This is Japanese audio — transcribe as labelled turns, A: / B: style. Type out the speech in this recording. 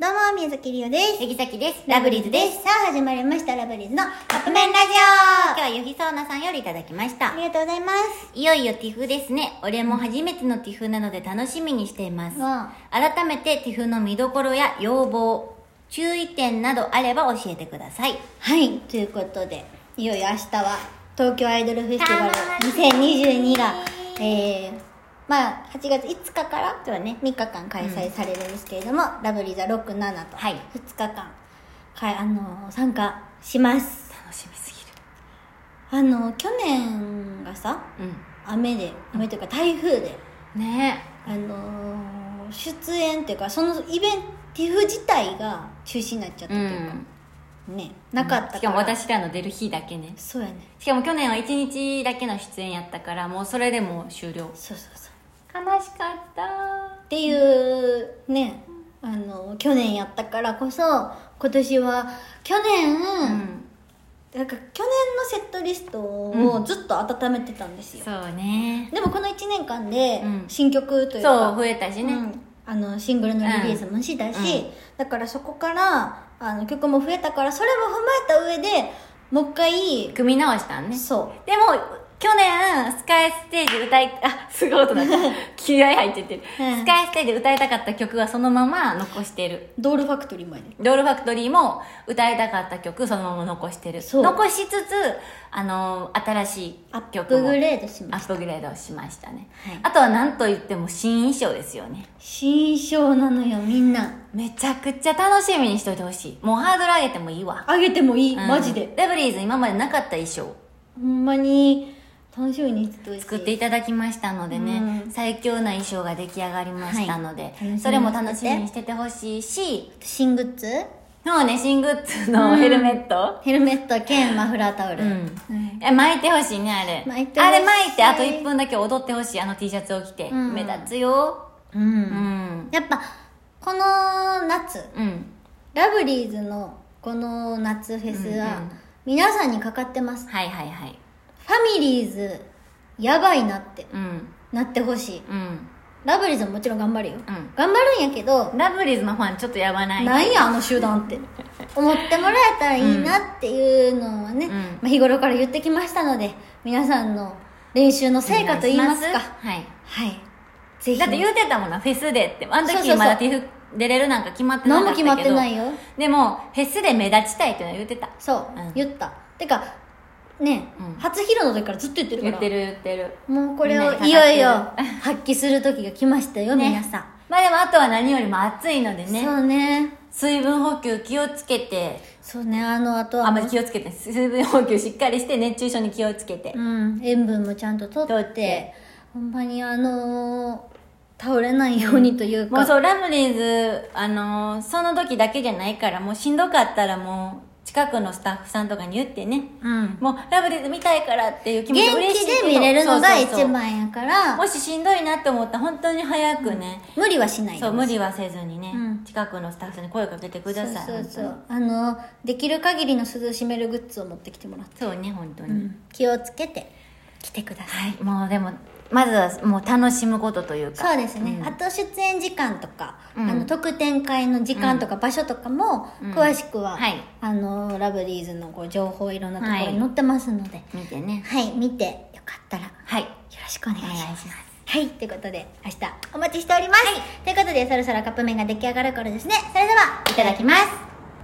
A: どうも、宮崎りおです。
B: 杉崎です。
A: ラブリーズです。。さあ、始まりました、ラブリーズのカップ麺ラジ
B: 今日
A: オ
B: はゆひそうなさんよりいただきまし
A: あ
B: た。
A: りがとうございます。
B: いよいよティフですね。俺も初めてのティフなので楽しみにしています。
A: わ
B: 改めてティフの見どころや要望、注意点などあれば教えてください。
A: はい、ということで、いよいよ明日は、東京アイドルフェスティバル
B: 楽しみ
A: 2022が、えー、まあ、8月5日から、
B: そうね
A: 3日間開催されるんですけれども、ラブリーズは6、7と、
B: はい
A: 2日間、かいあのー、参加します。
B: 楽しみすぎ
A: あのー、去年がさ、
B: る。
A: 雨で、雨というか台風で、
B: うん。ね
A: あのー出演っていうかそのイベントティフ自体が中止になっちゃった
B: う
A: というか、
B: ん。
A: ねなかったから、
B: しかも私らの出る日だけね。
A: そうやね
B: しかも去年は1日だけの出演やったから、もうそれでもう終了。
A: そうそうそう
B: 悲しかった
A: っていうねあの去年やったからこそ今年は去年、
B: うん。
A: なんか去年のセットリストをずっと温めてたんですよ、
B: そうね。
A: でもこの1年間で
B: うん
A: 新曲というか、
B: そう、増えたしね。
A: うんあのシングルのリリースもしだし、
B: うんうん
A: だからそこからあの曲も増えたからそれも踏まえた上でもう一回、
B: 組み直したんね。
A: そ
B: でも、去年、スカイステージ歌い、あ、すごい 音だった。気合入っちゃってる、
A: うん
B: スカイステージで歌いたかった曲はそのまま残してる。
A: うドールファクトリーまで
B: ドールファクトリーも歌いたかった曲そのまま残してる。
A: そう
B: 残しつつ、あのー新しい
A: アッ
B: 曲
A: プ
B: も
A: グレードし
B: ア
A: まし
B: ッ
A: た
B: プグレードしましたね。
A: はい
B: あとは何と言っても新衣装ですよね。
A: 新衣装なのよみんな
B: めちゃくちゃ楽しみにしといてほしい。もうハードル上げてもいいわ。
A: あげてもいい、
B: うん
A: マジで
B: ラブリーズ今までなかった衣装。
A: ほんまに楽しみにしてほしい
B: 作っていただきましたのでね、
A: うん
B: 最強な衣装が出来上がりましたので、
A: はい
B: それも楽しみにしててほしいし
A: 新グッズ
B: そうね新グッズのヘルメット、
A: ヘルメット兼マフラータオル、
B: うん
A: はい
B: え巻いてほしいねあれ
A: 巻いてほしい
B: あれ巻いてあと1分だけ踊ってほしいあの T シャツを着て、
A: うん
B: 目立つよ
A: う
B: うんん
A: やっぱこの夏
B: うん
A: ラブリーズのこの夏フェス
B: うんうん
A: は皆さんにかかってます、
B: はいはいはい
A: ファミリーズやばいなって
B: うん
A: なってほしい
B: うん
A: ラブリーズももちろん頑張るよ、
B: ん
A: 頑張るんやけど
B: ラブリーズのファンちょっとやばない
A: なんやあの集団って思ってもらえたらいいなっていうのはね、
B: うん
A: まあ、日頃から言ってきましたので皆さんの練習の成果と言いますか
B: お願しますはい
A: はいぜひ
B: だって言うてたもんなフェスでってあの
A: そうそう
B: 時
A: そう
B: まだ TIFF 出れるなんか決まってな
A: 何
B: か
A: も
B: った
A: 決
B: けど
A: まってないよ
B: でもフェスで目立ちたいっていうのは言ってた
A: そう、
B: うん
A: 言ったてかね、
B: うん
A: 初披露の時からずっと言ってるか
B: 言
A: ら
B: ってる言ってる
A: もうこれを
B: みんなに
A: い
B: かか
A: よ
B: ってる
A: いよ発揮する時が来ましたよ、
B: ね
A: 皆さん
B: まあでもあとは何よりも暑いので
A: そ
B: ね
A: うね
B: 水分補給気をつけて
A: そうねあのあとは
B: あ
A: も
B: ま
A: う
B: り気をつけて水分補給しっかりして熱中症に気をつけて、
A: うん、塩分もちゃんととって
B: 取って
A: ほんまにあのー倒れないようにという
B: も
A: か、
B: うそうラムリーズあのーその時だけじゃないからもうしんどかったらもう近くのスタッフさんとかに言ってね
A: うん、
B: もうラブリーズ見たいからっていう気持ち
A: 元
B: 嬉し
A: 気
B: いけど
A: で見れるのが
B: そうそうそう
A: 一番やから
B: もししんどいなと思ったら本当に早くね、
A: 無理はしない
B: そう
A: 理
B: 無理はせずにね、
A: うん
B: 近くのスタッフさんに声かけてください
A: そうそうそ
B: 本
A: うあのーできる限りの涼しめるグッズを持ってきてもらって、
B: 当にそうね本当に、
A: 気をつけて来てください、
B: はいもうでもまずはもう楽しむことというか
A: そうですね、
B: ん
A: あと出演時間とか、
B: うん
A: あの特典会の時間とか場所とかも
B: うん
A: 詳しくは、
B: はい
A: あのーラブリーズのこう情報いろんなとこ
B: は
A: ろに
B: い
A: 載ってますので、
B: 見てね
A: はい、見てよかったらよ
B: はい
A: ろしくお願いし
B: お願いし
A: ま。
B: ますす
A: はい、ということで明日お待ちしております。ということでそろそろカップ麺が出来上がる頃ですね。それではいただきます。